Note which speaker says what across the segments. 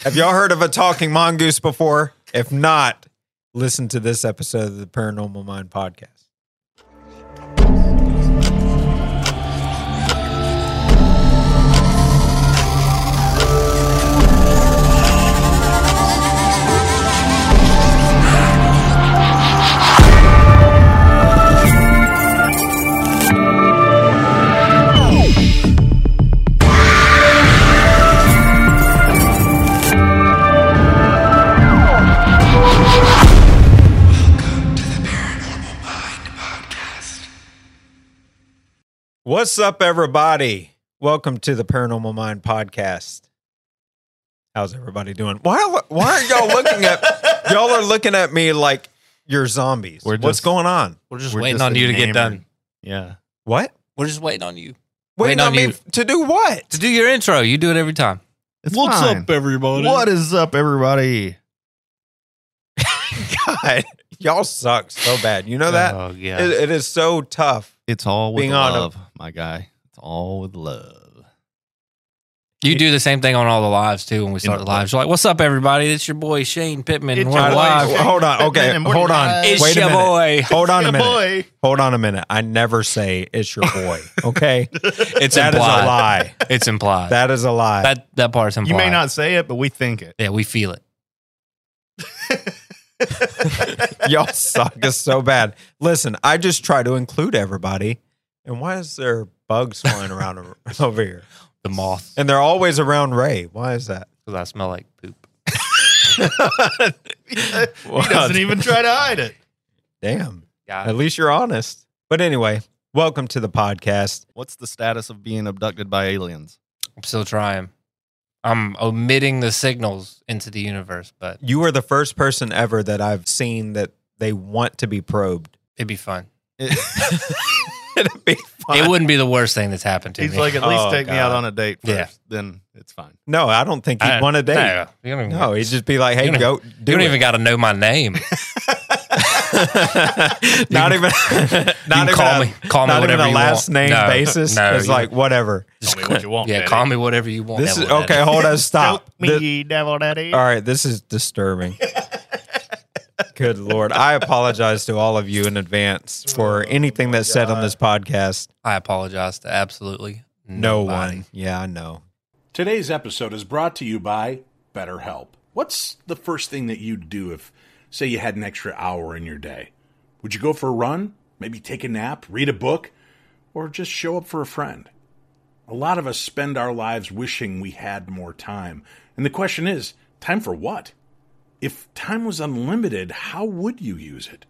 Speaker 1: Have y'all heard of a talking mongoose before? If not, listen to this episode of the Paranormal Mind podcast. What's up, everybody? Welcome to the Paranormal Mind podcast. How's everybody doing? Why why are y'all looking at y'all are looking at me like you're zombies?
Speaker 2: We're
Speaker 1: What's
Speaker 2: just-
Speaker 1: going on?
Speaker 3: We're just
Speaker 2: We're
Speaker 3: waiting
Speaker 2: just
Speaker 3: on
Speaker 2: a
Speaker 3: you to get
Speaker 2: namer.
Speaker 3: done.
Speaker 2: Yeah.
Speaker 1: What?
Speaker 3: We're just waiting on you
Speaker 1: Waiting
Speaker 3: Waiting on
Speaker 1: on me
Speaker 3: you.
Speaker 1: f- to do what?
Speaker 3: to do your intro. You do it every time.
Speaker 2: It's
Speaker 4: What's
Speaker 2: fine.
Speaker 4: up, everybody?
Speaker 2: What is up, everybody?
Speaker 1: God, y'all suck so bad. You know that?
Speaker 2: Oh, yeah.
Speaker 1: It, it is so tough.
Speaker 4: It's all with
Speaker 1: Being on 'em.
Speaker 4: love, my guy. It's all with love.
Speaker 3: You do the same thing on all the lives too. When we start the lives, you're like, "What's up, everybody? It's your boy Shane Pittman.
Speaker 4: It's
Speaker 3: and
Speaker 4: your
Speaker 3: we're
Speaker 1: All
Speaker 4: boy,
Speaker 1: right,
Speaker 3: live.
Speaker 4: Shane.
Speaker 1: hold on.
Speaker 4: Pittman
Speaker 1: Okay,
Speaker 4: and we're
Speaker 1: hold on.
Speaker 4: live.
Speaker 3: It's
Speaker 1: Wait a
Speaker 3: your
Speaker 1: minute.
Speaker 3: boy.
Speaker 1: Hold on a
Speaker 4: Yeah,
Speaker 1: minute.
Speaker 4: boy.
Speaker 1: Hold on a minute. I never say it's your boy. Okay,
Speaker 3: It's
Speaker 1: that is a
Speaker 3: implied.
Speaker 1: lie.
Speaker 3: It's implied. That
Speaker 1: That is a lie.
Speaker 3: that, part's implied.
Speaker 4: You may not say it, but we think it.
Speaker 3: Yeah, we feel it.
Speaker 1: Y'all suck us so bad. Listen, I just try to include everybody. And why is there bugs flying around o- over here?
Speaker 3: The moth,
Speaker 1: And they're always around Ray. Why is that?
Speaker 3: because I smell like poop.
Speaker 4: he doesn't even try to hide it.
Speaker 1: Damn.
Speaker 3: Yeah.
Speaker 1: At least you're honest. But anyway, welcome to the podcast.
Speaker 4: What's the status of being abducted by aliens?
Speaker 3: I'm still trying. I'm omitting the signals into the universe, but
Speaker 1: You are the first person ever that I've seen that they want to be probed.
Speaker 3: it'd be fun.
Speaker 1: It'd be fun.
Speaker 3: It wouldn't be the worst thing that's happened to
Speaker 4: He's
Speaker 3: me.
Speaker 4: like, at least
Speaker 1: Oh,
Speaker 4: take me
Speaker 1: God.
Speaker 4: out on a date first.
Speaker 3: Yeah.
Speaker 4: Then it's fine.
Speaker 1: no, I don't think he'd
Speaker 3: I-
Speaker 1: want a date.
Speaker 3: No, you don't even,
Speaker 1: No, he'd just be like, hey,
Speaker 3: You don't-
Speaker 1: go do
Speaker 3: you don't
Speaker 1: it.
Speaker 3: even got to know my name.
Speaker 1: not even, not
Speaker 3: you
Speaker 1: even
Speaker 3: can call
Speaker 1: a-
Speaker 3: me, call me
Speaker 1: not even
Speaker 3: whatever
Speaker 1: a
Speaker 3: you
Speaker 1: last
Speaker 3: want.
Speaker 1: name
Speaker 3: No,
Speaker 1: basis.
Speaker 3: No,
Speaker 1: it's
Speaker 3: you-
Speaker 1: like whatever.
Speaker 4: Tell me what you want.
Speaker 3: yeah,
Speaker 4: daddy.
Speaker 3: call me whatever you want.
Speaker 1: This is
Speaker 3: Devil
Speaker 1: okay.
Speaker 3: Daddy.
Speaker 1: Hold on, stop.
Speaker 4: Help me,
Speaker 1: Thi-
Speaker 4: devil daddy.
Speaker 1: all right, this is disturbing. Good lord, I apologize to all of you in advance for anything that's said on this podcast.
Speaker 3: I apologize to absolutely
Speaker 1: No
Speaker 3: nobody.
Speaker 1: one. Yeah, I know.
Speaker 5: Today's episode is brought to you by BetterHelp. What's the first thing that you'd do if, say, you had an extra hour in your day? Would you go for a run? Maybe take a nap, read a book, or just show up for a friend? A lot of us spend our lives wishing we had more time. And the question is time for what? If time was unlimited, how would you use it?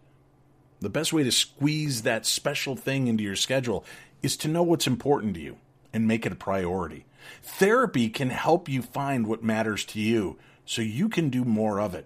Speaker 5: The best way to squeeze that special thing into your schedule is to know what's important to you and make it a priority. Therapy can help you find what matters to you so you can do more of it.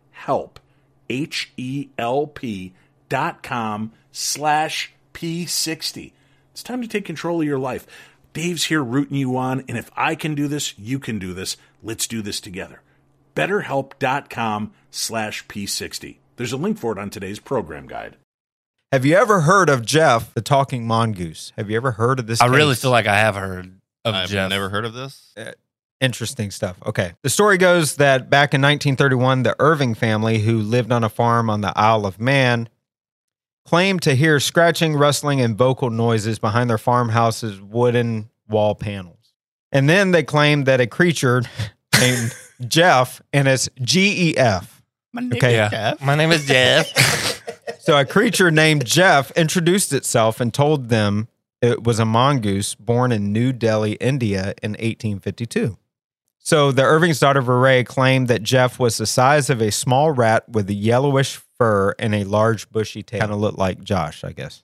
Speaker 5: H-E-L-P dot com slash P60. It's time to take control of your life. Dave's here rooting you on, and if I can do this, you can do this. Let's do this together betterhelp.com slash p60 there's a link for it on today's program guide
Speaker 1: Have you ever heard of Jeff, the talking mongoose? Have you ever heard of this?
Speaker 3: I really
Speaker 1: case?
Speaker 3: feel like I have heard of
Speaker 4: I've
Speaker 3: Jeff.
Speaker 4: never heard of this.
Speaker 1: interesting stuff. Okay. The story goes that back in 1931, the Irving family, who lived on a farm on the Isle of Man, claimed to hear scratching, rustling, and vocal noises behind their farmhouse's wooden wall panels. And then they claimed that a creature named Jeff, and it's G E F,
Speaker 4: My name
Speaker 1: Okay.
Speaker 4: is
Speaker 3: Yeah.
Speaker 4: Jeff.
Speaker 3: My name is Jeff.
Speaker 1: So a creature named Jeff introduced itself and told them it was a mongoose born in New Delhi, India in 1852. So the Irving's daughter Veray claimed that Jeff was the size of a small rat with a yellowish fur and a large bushy tail. Kind of looked like Josh, I guess.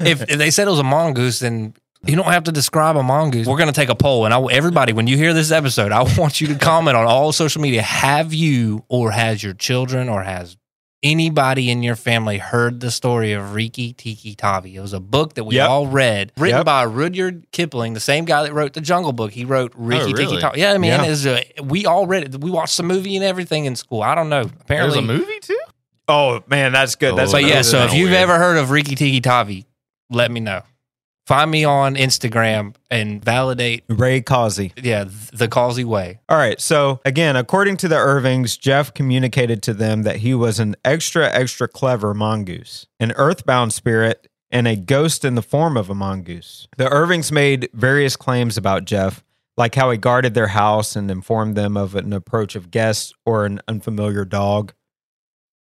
Speaker 3: if, if they said it was a mongoose, then you don't have to describe a mongoose. We're going to take a poll, and I, everybody, when you hear this episode, I want you to comment on all social media. Have you, or has your children, or has anybody in your family heard the story of Riki Tiki Tavi? It was a book that we
Speaker 1: Yep.
Speaker 3: all read, written
Speaker 1: Yep.
Speaker 3: by Rudyard Kipling, the same guy that wrote the Jungle Book. He wrote Riki Tiki
Speaker 4: really?
Speaker 3: Tavi. Yeah, man,
Speaker 1: Oh, Yeah.
Speaker 3: is a, we all read it. We watched the movie and everything in school. I don't know.
Speaker 4: There's
Speaker 3: Apparently,
Speaker 4: a movie too.
Speaker 1: Oh man, that's good. That's
Speaker 4: Oh,
Speaker 3: but
Speaker 1: what
Speaker 4: that
Speaker 3: yeah,
Speaker 4: was
Speaker 3: so if
Speaker 4: kinda
Speaker 3: you've
Speaker 4: weird.
Speaker 3: ever heard of Riki Tiki Tavi, let me know. Find me on Instagram and validate,
Speaker 1: Ray Causey.
Speaker 3: yeah, th- the Causey way.
Speaker 1: All right. So again, according to the Irvings, Jeff communicated to them that he was an extra, extra clever mongoose, an earthbound spirit, and a ghost in the form of a mongoose. The Irvings made various claims about Jeff, like how he guarded their house and informed them of an approach of guests or an unfamiliar dog.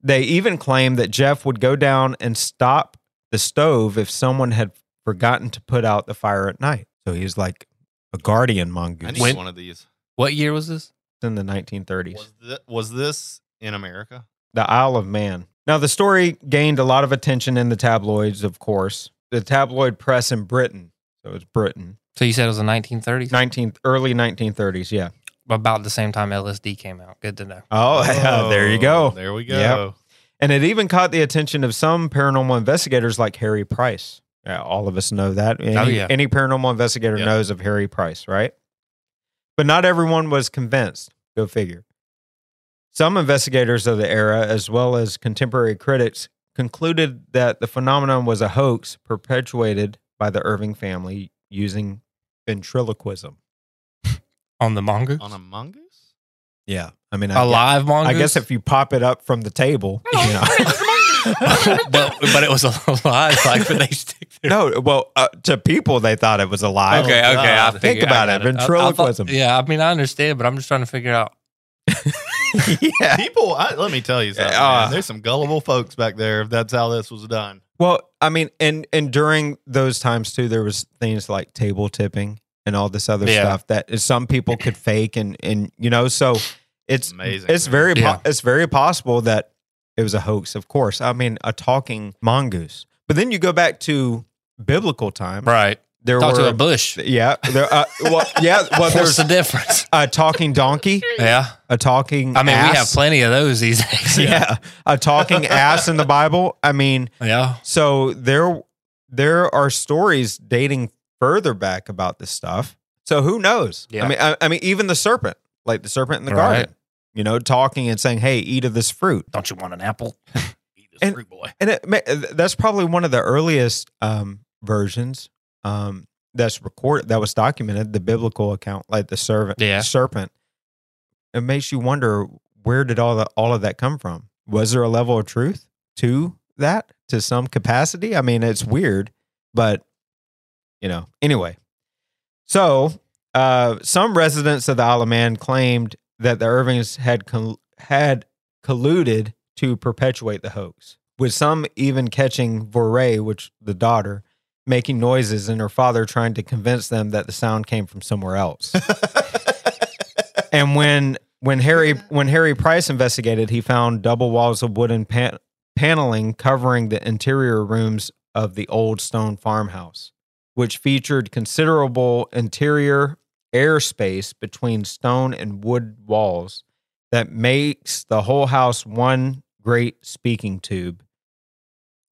Speaker 1: They even claimed that Jeff would go down and stop the stove if someone had forgotten to put out the fire at night. So he was like a guardian mongoose
Speaker 4: I need
Speaker 3: When-
Speaker 4: one of these.
Speaker 3: What year was this?
Speaker 1: in the 1930s.
Speaker 4: Was, thi- was this in America?
Speaker 1: The Isle of Man. Now, the story gained a lot of attention in the tabloids, of course. The tabloid press in Britain, so it's Britain,
Speaker 3: So you said it was the 1930s,
Speaker 1: 19, early 1930s, yeah.
Speaker 3: about the same time LSD came out. Good to know.
Speaker 1: Oh, there you go.
Speaker 4: Oh, There we go.
Speaker 1: Yep. And it even caught the attention of some paranormal investigators like Harry Price. Yeah, all of us know that. Any,
Speaker 3: Oh, yeah.
Speaker 1: any paranormal investigator
Speaker 4: Yeah.
Speaker 1: knows of Harry Price, right? But not everyone was convinced. Go figure. Some investigators of the era, as well as contemporary critics, concluded that the phenomenon was a hoax perpetuated by the Irving family using ventriloquism.
Speaker 3: On the mongoose,
Speaker 4: On a mongoose?
Speaker 1: Yeah. I mean, I,
Speaker 3: a
Speaker 1: gue-
Speaker 3: live mongoose.
Speaker 1: I guess if you pop it up from the table, you know.
Speaker 3: but but it was a live. Like they stick their
Speaker 1: No, well, uh, to people they thought it was a lie.
Speaker 3: Okay,
Speaker 4: Oh,
Speaker 3: okay. I
Speaker 4: God.
Speaker 1: Think
Speaker 3: figured- I
Speaker 1: about
Speaker 3: got
Speaker 1: it.
Speaker 3: I- I thought-
Speaker 1: Ventriloquism.
Speaker 3: yeah, I mean, I understand, but I'm just trying to figure out.
Speaker 1: yeah.
Speaker 4: People, I, let me tell you something.
Speaker 1: Uh,
Speaker 4: man. There's some gullible folks back there. If that's how this was done,
Speaker 1: Well, I mean, and and during those times too, there was things like table tipping and all this other
Speaker 3: Yeah.
Speaker 1: stuff that some people could fake, and and you know, so it's
Speaker 4: Amazing,
Speaker 1: It's
Speaker 4: man.
Speaker 1: very po-
Speaker 3: Yeah.
Speaker 1: it's very possible that it was a hoax. Of course, I mean, a talking mongoose. But then you go back to biblical time.
Speaker 3: Right.
Speaker 1: There
Speaker 3: Talk
Speaker 1: were
Speaker 3: to a bush.
Speaker 1: yeah, there, uh, well, yeah, well,
Speaker 3: What's
Speaker 1: there's
Speaker 3: the difference?
Speaker 1: a talking donkey,
Speaker 3: Yeah.
Speaker 1: a talking.
Speaker 3: I mean, we have
Speaker 1: ass.
Speaker 3: plenty of those these days.
Speaker 1: yeah, a talking ass in the Bible. I mean,
Speaker 3: Yeah.
Speaker 1: so there there are stories dating further back about this stuff. So who knows?
Speaker 3: Yeah.
Speaker 1: I mean, I, I mean, even the serpent, like the serpent in the
Speaker 3: Right.
Speaker 1: garden, you know, talking and saying, "Hey, eat of this fruit."
Speaker 3: Don't you want an apple?
Speaker 4: eat this
Speaker 1: And-
Speaker 4: fruit boy.
Speaker 1: And it, ma- that's probably one of the earliest um, versions um, that's recorded, that was documented, the biblical account, like the servant,
Speaker 3: Yeah.
Speaker 1: serpent. It makes you wonder where did all the, all of that come from? Was there a level of truth to that to some capacity? I mean, it's weird, but you know. Anyway, so uh, some residents of the Isle of Man claimed that the Irvings had col- had colluded to perpetuate the hoax, with some even catching Voray, which the daughter, making noises, and her father trying to convince them that the sound came from somewhere else. and when when Harry when Harry Price investigated, he found double walls of wooden pan- paneling covering the interior rooms of the old stone farmhouse, which featured considerable interior airspace between stone and wood walls that makes the whole house one great speaking tube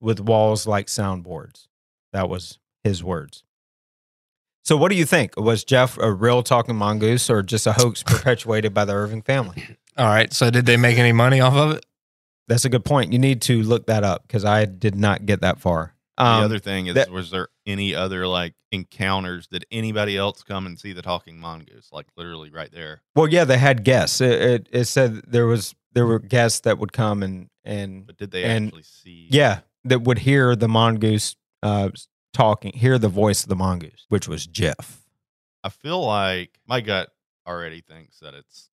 Speaker 1: with walls like soundboards. That was his words. So, what do you think? Was Jeff a real talking mongoose or just a hoax perpetuated by the Irving family?
Speaker 3: All right. So did they make any money off of it?
Speaker 1: That's a good point. You need to look that up because I did not get that far. Um,
Speaker 4: the other thing is,
Speaker 1: that-
Speaker 4: was there any other like encounters? Did anybody else come and see the talking mongoose? Like literally right there.
Speaker 1: well, yeah, they had guests. It, it, it said there was there were guests that would come and and
Speaker 4: But did they
Speaker 1: And-
Speaker 4: actually see?
Speaker 1: yeah that would hear the mongoose uh, talking, hear the voice of the mongoose, which was Jeff.
Speaker 4: I feel like my gut already thinks that it's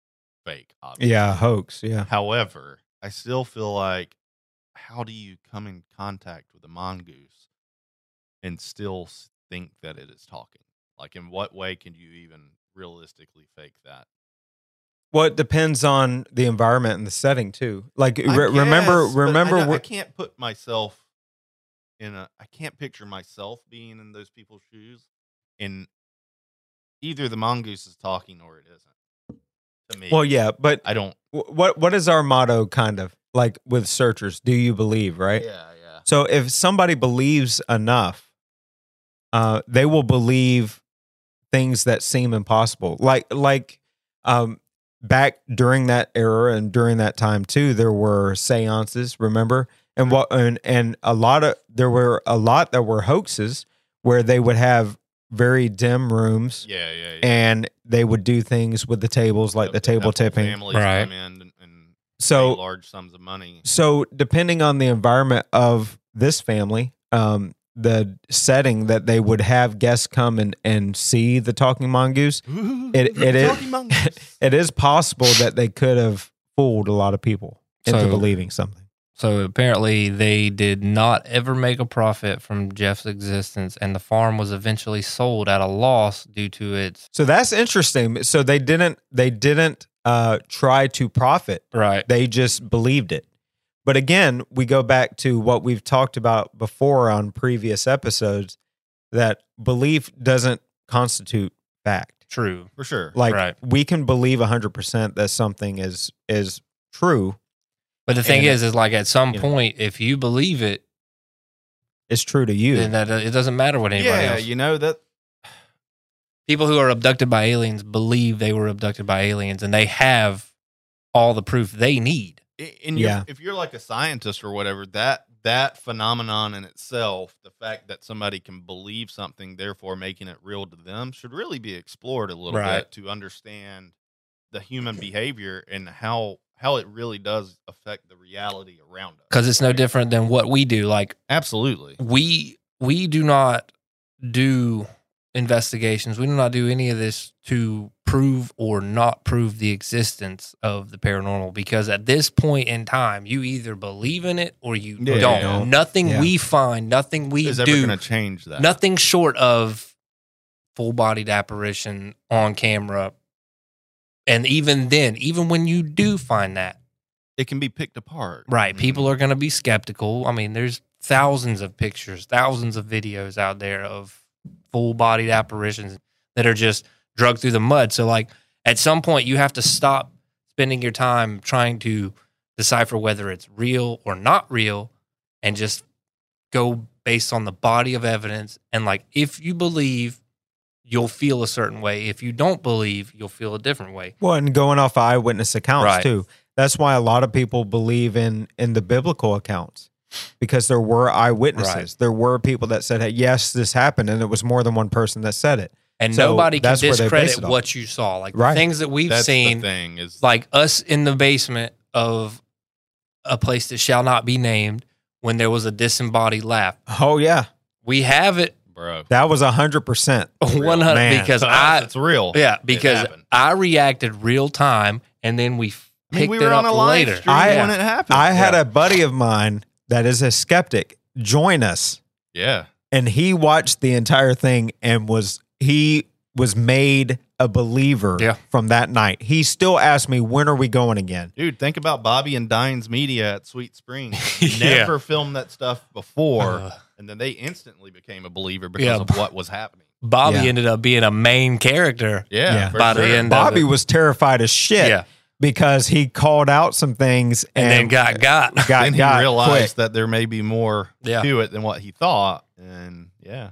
Speaker 4: fake, obviously.
Speaker 1: Yeah, hoax. Yeah.
Speaker 4: However, I still feel like how do you come in contact with a mongoose and still s- think that it is talking? Like, in what way can you even realistically fake that?
Speaker 1: Well, it depends on the environment and the setting too. Like
Speaker 4: I
Speaker 1: re- remember,
Speaker 4: guess, but I
Speaker 1: remember,
Speaker 4: don't- I,
Speaker 1: wh-
Speaker 4: can't put myself in a. I can't picture myself being in those people's shoes, and either the mongoose is talking or it isn't. To me,
Speaker 1: well, yeah, but
Speaker 4: I don't.
Speaker 1: wh- what what is our motto? Kind of like with searchers, do you believe? Right.
Speaker 4: Yeah, yeah.
Speaker 1: So if somebody believes enough, uh, they will believe things that seem impossible. Like like um, back during that era and during that time too, there were seances. Remember, and what and and a lot of there were a lot that were hoaxes where they would have very dim rooms
Speaker 4: Yeah, yeah, yeah.
Speaker 1: and they would do things with the tables like the table tipping.
Speaker 4: Families
Speaker 3: Right.
Speaker 4: come in and, and
Speaker 1: So
Speaker 4: pay large sums of money.
Speaker 1: so depending on the environment of this family, um, the setting that they would have guests come and, and see the talking mongoose, it- it is-
Speaker 4: Talking mongoose.
Speaker 1: it is possible that they could have fooled a lot of people into
Speaker 3: So-
Speaker 1: believing something.
Speaker 3: So apparently, they did not ever make a profit from Jeff's existence, and the farm was eventually sold at a loss due to its
Speaker 1: So that's interesting. So they didn't they didn't uh, try to profit.
Speaker 3: right.
Speaker 1: They just believed it. But again, we go back to what we've talked about before on previous episodes that belief doesn't constitute fact.
Speaker 3: True.
Speaker 4: for sure.
Speaker 1: like
Speaker 3: Right.
Speaker 1: we can believe 100% that something is is true
Speaker 3: But the thing
Speaker 1: And-
Speaker 3: is, is like at some
Speaker 1: Yeah.
Speaker 3: point, if you believe it,
Speaker 1: it's true to you
Speaker 3: then that it doesn't matter what anybody
Speaker 4: yeah,
Speaker 3: else.
Speaker 4: you know that.
Speaker 3: People who are abducted by aliens believe they were abducted by aliens, and they have all the proof they need.
Speaker 4: i- And you're-
Speaker 1: Yeah.
Speaker 4: if you're like a scientist or whatever, that that phenomenon in itself, the fact that somebody can believe something, therefore making it real to them, should really be explored a little
Speaker 3: Right.
Speaker 4: bit to understand the human behavior and how how it really does affect the reality around us.
Speaker 3: Because it's no
Speaker 4: right?
Speaker 3: different than what we do. Like
Speaker 4: Absolutely.
Speaker 3: we we do not do investigations. We do not do any of this to prove or not prove the existence of the paranormal because at this point in time, you either believe in it or you
Speaker 4: Yeah, you
Speaker 3: don't.
Speaker 1: don't.
Speaker 3: Nothing
Speaker 1: Yeah.
Speaker 3: we find, nothing we
Speaker 4: Is ever
Speaker 3: do,
Speaker 4: going to change that?
Speaker 3: nothing short of full bodied apparition on camera. And even then, even when you do find that,
Speaker 4: It can be picked apart.
Speaker 3: Right.
Speaker 1: Mm-hmm.
Speaker 4: Mhm.
Speaker 3: People are going to be skeptical. I mean, there's thousands of pictures, thousands of videos out there of full bodied apparitions that are just drugged through the mud. So, like, at some point, you have to stop spending your time trying to decipher whether it's real or not real and just go based on the body of evidence. And, like, if you believe, you'll feel a certain way. If you don't believe, you'll feel a different way.
Speaker 1: well and going off eyewitness accounts
Speaker 3: Right.
Speaker 1: too that's why a lot of people believe in in the biblical accounts because there were eyewitnesses
Speaker 3: Right.
Speaker 1: there were people that said hey, yes this happened and it was more than one person that said it
Speaker 3: And
Speaker 1: So
Speaker 3: nobody can
Speaker 1: that's where they base
Speaker 3: discredit
Speaker 1: it on.
Speaker 3: what you saw. Like, the
Speaker 1: Right.
Speaker 3: things that we've
Speaker 4: That's
Speaker 3: seen
Speaker 4: the thing is
Speaker 3: like us in the basement of a place that shall not be named when there was a disembodied laugh.
Speaker 1: oh yeah
Speaker 3: We have it
Speaker 4: bro.
Speaker 1: that was 100%
Speaker 3: 100
Speaker 1: Man.
Speaker 3: because
Speaker 4: To us,
Speaker 3: I
Speaker 4: it's real.
Speaker 3: yeah, because
Speaker 4: happened.
Speaker 3: I reacted real time and then we picked
Speaker 4: I mean, we
Speaker 3: it
Speaker 4: were on
Speaker 3: up
Speaker 4: a live
Speaker 3: later.
Speaker 4: stream
Speaker 1: I-
Speaker 4: when it happened.
Speaker 1: i had
Speaker 4: yeah.
Speaker 1: a buddy of mine that is a skeptic join us
Speaker 4: yeah.
Speaker 1: and he watched the entire thing and was he was made a believer
Speaker 3: Yeah.
Speaker 1: from that night. He still asked me, "When are we going again?"
Speaker 4: Dude, think about Bobby and Diane's media at Sweet Spring.
Speaker 3: Yeah.
Speaker 4: Never filmed that stuff before,
Speaker 3: Uh,
Speaker 4: and then they instantly became a believer because
Speaker 3: Yeah.
Speaker 4: of what was happening.
Speaker 3: Bobby
Speaker 1: Yeah.
Speaker 3: ended up being a main character.
Speaker 4: Yeah,
Speaker 1: Yeah.
Speaker 4: for
Speaker 3: By the
Speaker 4: sure.
Speaker 3: end- Love
Speaker 1: Bobby
Speaker 3: it.
Speaker 1: was terrified as
Speaker 3: Yeah.
Speaker 1: shit because he called out some things
Speaker 3: And,
Speaker 1: and,
Speaker 3: then got got.
Speaker 1: got,
Speaker 4: then he
Speaker 1: got
Speaker 4: realized
Speaker 1: quick.
Speaker 4: that there may be more
Speaker 3: Yeah.
Speaker 4: to it than what he thought, and yeah,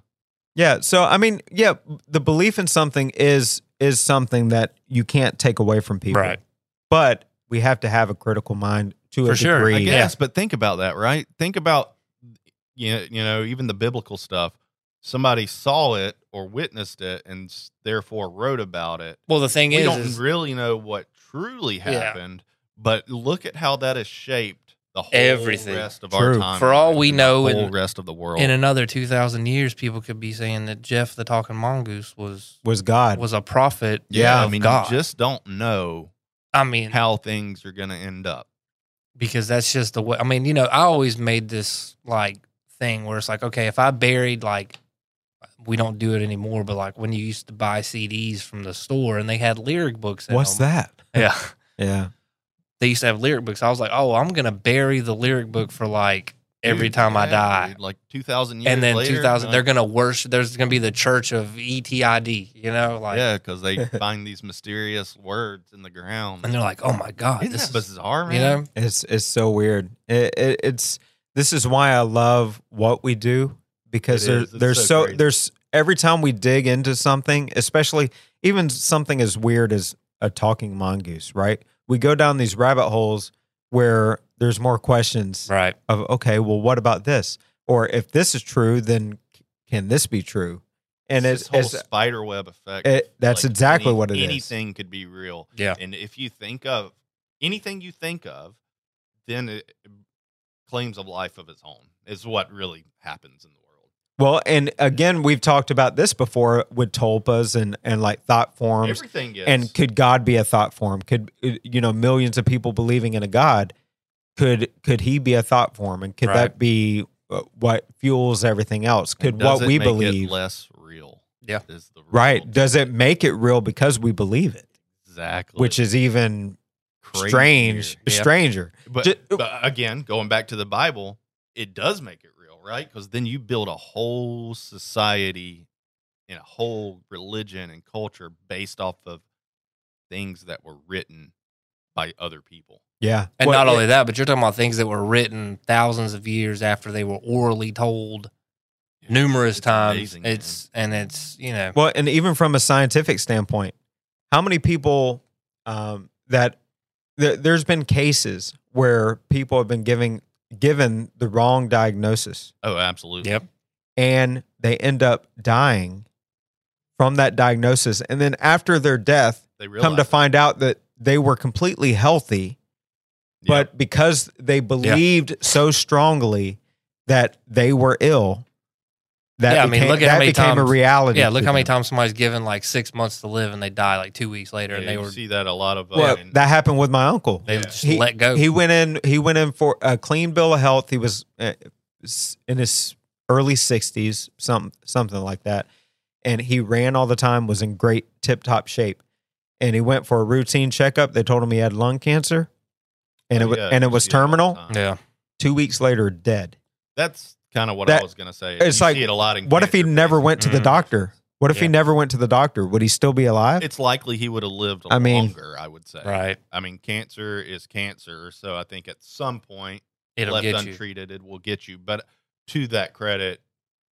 Speaker 1: Yeah, so I mean, yeah, the belief in something is is something that you can't take away from people.
Speaker 3: Right.
Speaker 1: But we have to have a critical mind to
Speaker 3: For
Speaker 1: a
Speaker 3: sure, I
Speaker 1: degree.
Speaker 4: I
Speaker 3: Yeah.
Speaker 4: guess. But think about that, right? Think about you know, you know, even the biblical stuff. Somebody saw it or witnessed it, and s- therefore wrote about it.
Speaker 3: Well, the thing
Speaker 4: we
Speaker 3: is,
Speaker 4: don't
Speaker 3: is
Speaker 4: really know what truly happened, but look at how that has shaped the whole
Speaker 3: Everything.
Speaker 4: rest of
Speaker 1: True.
Speaker 4: our time.
Speaker 3: For all we know,
Speaker 4: the whole
Speaker 3: in-
Speaker 4: rest of the world.
Speaker 3: in another 2,000 years, people could be saying that Jeff the Talking Mongoose was
Speaker 1: Was God.
Speaker 3: was a prophet.
Speaker 1: Yeah,
Speaker 3: of
Speaker 4: I mean,
Speaker 3: God.
Speaker 4: you just don't know
Speaker 3: I mean,
Speaker 4: how things are going to end up.
Speaker 3: because that's just the way. I mean, you know, I always made this like thing where it's like, okay, if I buried like, we don't do it anymore, but like when you used to buy CDs from the store and they had lyric books. In
Speaker 1: What's
Speaker 3: them.
Speaker 1: that?
Speaker 3: Yeah,
Speaker 1: Yeah.
Speaker 3: they used to have lyric books. I was like, oh, I'm gonna bury the lyric book for like every
Speaker 4: Dude,
Speaker 3: time I
Speaker 4: yeah,
Speaker 3: die.
Speaker 4: dude, like 2000 years
Speaker 3: And then
Speaker 4: later,
Speaker 3: 2000,
Speaker 4: like,
Speaker 3: they're gonna worship. There's gonna be the Church of E ETID, you know, like,
Speaker 4: yeah, because they find these mysterious words in the ground.
Speaker 3: and they're like, oh my god,
Speaker 4: Isn't
Speaker 3: this
Speaker 4: that
Speaker 3: is,
Speaker 4: bizarre, man?
Speaker 3: you know,
Speaker 1: It's it's so weird. It, it, it's this is why I love what we do because
Speaker 4: It
Speaker 1: there,
Speaker 4: is. It's
Speaker 1: there's
Speaker 4: so
Speaker 1: so,
Speaker 4: crazy.
Speaker 1: there's every time we dig into something, especially even something as weird as a talking mongoose, right? We go down these rabbit holes where there's more questions
Speaker 3: right?
Speaker 1: of okay, well, what about this? Or if this is true, then c- can this be true? And it's,
Speaker 4: it's this whole
Speaker 1: it's
Speaker 4: spider web effect.
Speaker 1: it- that's exactly what it
Speaker 4: it
Speaker 1: is.
Speaker 4: is. Anything could be real,
Speaker 3: Yeah,
Speaker 4: and if you think of anything you think of, then it claims a life of its own. Is what really happens in the world.
Speaker 1: well, and again, we've talked about this before with tulpas and and like thought forms.
Speaker 4: Everything is.
Speaker 1: Um, And could God be a thought form? Could uh, you know millions of people believing in a God? Could could he be a thought form? And could that
Speaker 3: Right.
Speaker 1: be uh, what fuels everything else? Could
Speaker 4: And does
Speaker 1: what
Speaker 4: it
Speaker 1: we
Speaker 4: make it
Speaker 1: believe
Speaker 4: less real?
Speaker 3: Yeah.
Speaker 4: is the real
Speaker 1: right? Does it
Speaker 4: thing.
Speaker 1: make it real because we believe it,
Speaker 4: exactly?
Speaker 1: which is even
Speaker 4: Crazy
Speaker 1: strange,
Speaker 3: Yeah.
Speaker 1: stranger.
Speaker 4: But,
Speaker 1: Ju- oh
Speaker 4: but again, going back to the Bible, it does make it real, right? Because then you build a whole society and a whole religion and culture based off of things that were written by other people.
Speaker 1: Yeah,
Speaker 3: And
Speaker 1: Well,
Speaker 3: not
Speaker 1: it-
Speaker 3: only that, but you're talking about things that were written thousands of years after they were orally told numerous
Speaker 4: It's
Speaker 3: times.
Speaker 4: amazing, man.
Speaker 3: it's and it's you know
Speaker 1: Well, and even from a scientific standpoint, how many people um, that there there's been cases where people have been giving given the wrong diagnosis
Speaker 4: oh, absolutely.
Speaker 3: Yep.
Speaker 1: and they end up dying from that diagnosis, and then after their death,
Speaker 4: They
Speaker 1: come to find out that they were completely healthy, but because they believed so strongly that they were ill, that
Speaker 3: Yeah, I mean,
Speaker 1: became,
Speaker 3: look at
Speaker 1: that
Speaker 3: how many
Speaker 1: became
Speaker 3: times-
Speaker 1: a reality.
Speaker 3: yeah. Look
Speaker 1: to
Speaker 3: how many
Speaker 1: them.
Speaker 3: times somebody's given like six months to live and they die like two weeks later and they were
Speaker 4: see that a lot of.
Speaker 1: Well, that happened with my uncle.
Speaker 3: they
Speaker 4: Yeah.
Speaker 3: just let go.
Speaker 1: He went in. He went in for a clean bill of health. He was uh, s- in his early sixties, some something like that, and he ran all the time. Was in great tip top shape, and he went for a routine checkup. They told him he had lung cancer, and it was and it was terminal.
Speaker 3: yeah,
Speaker 1: Two weeks later, dead.
Speaker 4: That's kind of what
Speaker 1: That-
Speaker 4: I was going to say.
Speaker 1: it's
Speaker 4: You
Speaker 1: like,
Speaker 4: see it a lot in
Speaker 1: What if he
Speaker 4: cancer
Speaker 1: never
Speaker 4: patients.
Speaker 1: went to the
Speaker 3: Mm.
Speaker 1: doctor? What if he
Speaker 3: Yeah.
Speaker 1: never went to the doctor? Would he still be alive?
Speaker 4: It's likely he would have lived
Speaker 1: I mean-
Speaker 4: longer. I would say.
Speaker 3: right.
Speaker 4: I mean, cancer is cancer, so I think at some point.
Speaker 3: It'll
Speaker 4: left
Speaker 3: get you.
Speaker 4: untreated, it will get you. But to that credit,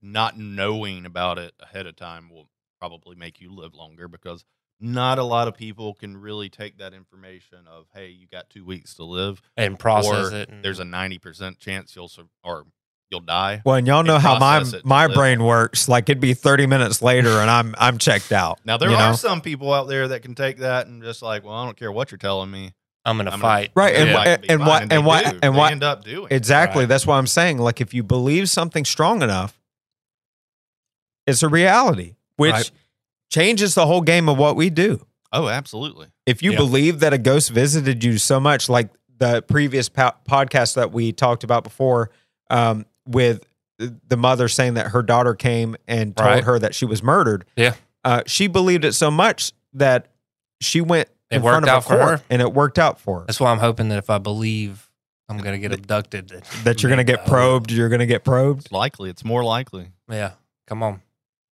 Speaker 4: not knowing about it ahead of time will probably make you live longer because not a lot of people can really take that information of, hey, you got two weeks to live.
Speaker 3: and process
Speaker 4: or
Speaker 3: it. And,
Speaker 4: There's a 90% chance you'll sur- or you'll die.
Speaker 1: well, and y'all know
Speaker 4: and
Speaker 1: how my
Speaker 4: process it to
Speaker 1: my
Speaker 4: live.
Speaker 1: brain works. Like it'd be thirty minutes later, and I'm I'm checked out.
Speaker 4: Now there
Speaker 1: you
Speaker 4: are
Speaker 1: know?
Speaker 4: some people out there that can take that and just like, well, I don't care what you're telling me.
Speaker 3: I'm gonna
Speaker 4: I'm gonna-
Speaker 3: fight.
Speaker 1: Right, and
Speaker 3: Yeah.
Speaker 1: what-
Speaker 4: be
Speaker 1: and
Speaker 4: fine.
Speaker 1: what-
Speaker 4: they
Speaker 1: and what-
Speaker 4: do.
Speaker 1: and
Speaker 4: They
Speaker 1: what-
Speaker 4: end up doing.
Speaker 1: Exactly.
Speaker 3: Right.
Speaker 1: That's why I'm saying, like, if you believe something strong enough, it's a reality, which
Speaker 3: Right.
Speaker 1: changes the whole game of what we do.
Speaker 4: oh, absolutely.
Speaker 1: If you
Speaker 3: Yeah.
Speaker 1: believe that a ghost visited you so much, like the previous po- podcast that we talked about before, um, with the mother saying that her daughter came and told
Speaker 3: Right.
Speaker 1: her that she was murdered.
Speaker 3: Yeah.
Speaker 1: Uh, she believed it so much that she went
Speaker 3: It
Speaker 1: in front of
Speaker 3: worked
Speaker 1: a
Speaker 3: out for
Speaker 1: court,
Speaker 3: her.
Speaker 1: and it worked out for her.
Speaker 3: That's why I'm hoping that if I believe, I'm gonna get abducted. That,
Speaker 1: that you're going to get probed. You're going to get probed.
Speaker 4: It's likely. It's more likely.
Speaker 3: Yeah, come on.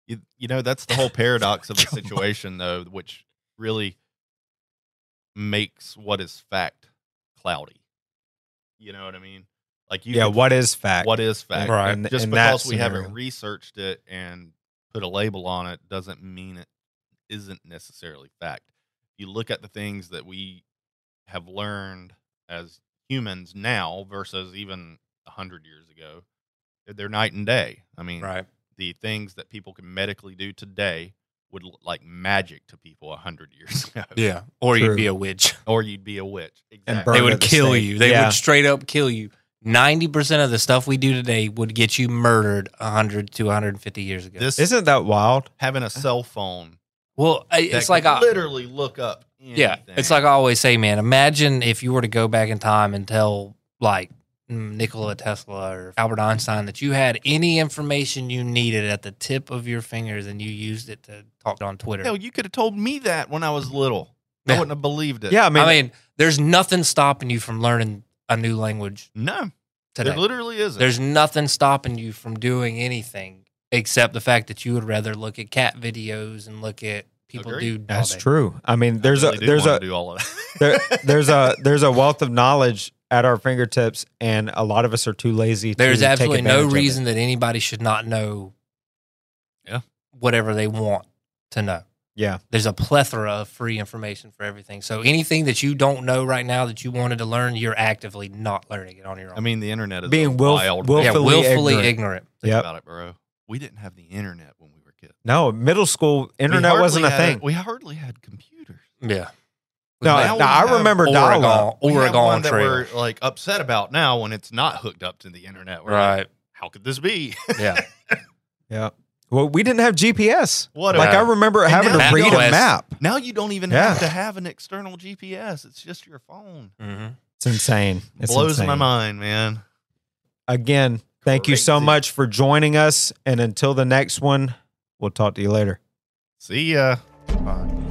Speaker 4: you, you know that's the whole paradox of the situation though which really makes what is fact cloudy you know what i mean like you
Speaker 1: yeah.
Speaker 4: could-
Speaker 1: What is fact?
Speaker 4: what is fact
Speaker 3: Right.
Speaker 1: And-
Speaker 4: just
Speaker 1: and
Speaker 4: because
Speaker 1: that
Speaker 4: we haven't
Speaker 1: scenario.
Speaker 4: researched it and put a label on it doesn't mean it isn't necessarily fact you look at the things that we have learned as humans now versus even 100 years ago they're night and day i mean
Speaker 3: Right.
Speaker 4: the things that people can medically do today would look like magic to people 100 years ago.
Speaker 3: Yeah. Or you'd
Speaker 1: True.
Speaker 3: be a witch.
Speaker 4: Or you'd be a witch.
Speaker 1: burn
Speaker 3: they
Speaker 1: Burn
Speaker 3: would
Speaker 1: at the
Speaker 3: kill
Speaker 1: stake.
Speaker 3: you. They
Speaker 1: Yeah.
Speaker 3: would straight up kill you. Ninety percent of the stuff we do today would get you murdered hundred to one hundred and fifty years ago.
Speaker 4: This
Speaker 1: Isn't that wild?
Speaker 4: having a cell phone.
Speaker 3: well, I-
Speaker 4: that
Speaker 3: it's like
Speaker 4: could
Speaker 3: I,
Speaker 4: literally look up
Speaker 3: Yeah, it's like I always say, man. Imagine if you were to go back in time and tell like mm, Nikola Tesla or Albert Einstein that you had any information you needed at the tip of your fingers and you used it to talk on Twitter.
Speaker 4: hell, you could have told me that when I was little. I
Speaker 3: Yeah.
Speaker 4: wouldn't have believed it.
Speaker 1: Yeah, I mean,
Speaker 3: I mean, there's nothing stopping you from learning a new language
Speaker 4: no,
Speaker 3: today.
Speaker 4: there literally isn't.
Speaker 3: There's nothing stopping you from doing anything except the fact that you would rather look at cat videos and look at people
Speaker 4: Agreed.
Speaker 3: do. all
Speaker 1: that's
Speaker 3: day.
Speaker 1: true. I mean,
Speaker 4: I
Speaker 1: there's
Speaker 4: really
Speaker 1: a
Speaker 4: do
Speaker 1: there's
Speaker 4: wanna
Speaker 1: a
Speaker 4: do all of that.
Speaker 1: there, there's a there's a wealth of knowledge at our fingertips, and a lot of us are too lazy.
Speaker 3: There's
Speaker 1: to
Speaker 3: absolutely
Speaker 1: take
Speaker 3: no
Speaker 1: advantage of it.
Speaker 3: reason that anybody should not know.
Speaker 4: Yeah.
Speaker 3: Whatever they want to know.
Speaker 1: Yeah,
Speaker 3: There's a plethora of free information for everything. So anything that you don't know right now that you wanted to learn, you're actively not learning it on your own.
Speaker 4: I mean, the internet is
Speaker 1: Being
Speaker 4: a
Speaker 1: willf-
Speaker 4: wild
Speaker 1: willful-
Speaker 4: thing.
Speaker 3: yeah,
Speaker 1: willfully
Speaker 3: willfully
Speaker 1: ignorant.
Speaker 3: ignorant.
Speaker 4: Think
Speaker 1: Yep.
Speaker 4: about it, bro. We didn't have the internet when we were kids.
Speaker 1: no middle school
Speaker 4: We
Speaker 1: internet wasn't a
Speaker 4: hardly had-
Speaker 1: thing.
Speaker 4: We hardly had computers.
Speaker 3: Yeah.
Speaker 1: No,
Speaker 4: Now
Speaker 1: no,
Speaker 4: we
Speaker 1: I
Speaker 4: have
Speaker 1: remember
Speaker 3: Oregon,
Speaker 1: dial-up.
Speaker 4: We have
Speaker 3: Oregon
Speaker 4: one that
Speaker 3: Trail.
Speaker 4: we're like upset about now when it's not hooked up to the internet. We're like,
Speaker 3: Right.
Speaker 4: How could this be?
Speaker 3: Yeah.
Speaker 1: Yeah. Well, we didn't have GPS.
Speaker 4: What a-
Speaker 1: like I remember having to
Speaker 4: now
Speaker 1: read
Speaker 3: you
Speaker 1: a
Speaker 3: know-
Speaker 1: map.
Speaker 4: Now you don't even
Speaker 1: Yeah.
Speaker 4: have to have an external GPS. It's just your phone.
Speaker 3: hmm
Speaker 1: It's insane. It's
Speaker 4: Blows
Speaker 1: insane.
Speaker 4: my mind, man.
Speaker 1: Again, thank you so
Speaker 4: Crazy.
Speaker 1: much for joining us, and until the next one, we'll talk to you later.
Speaker 4: See ya. Bye.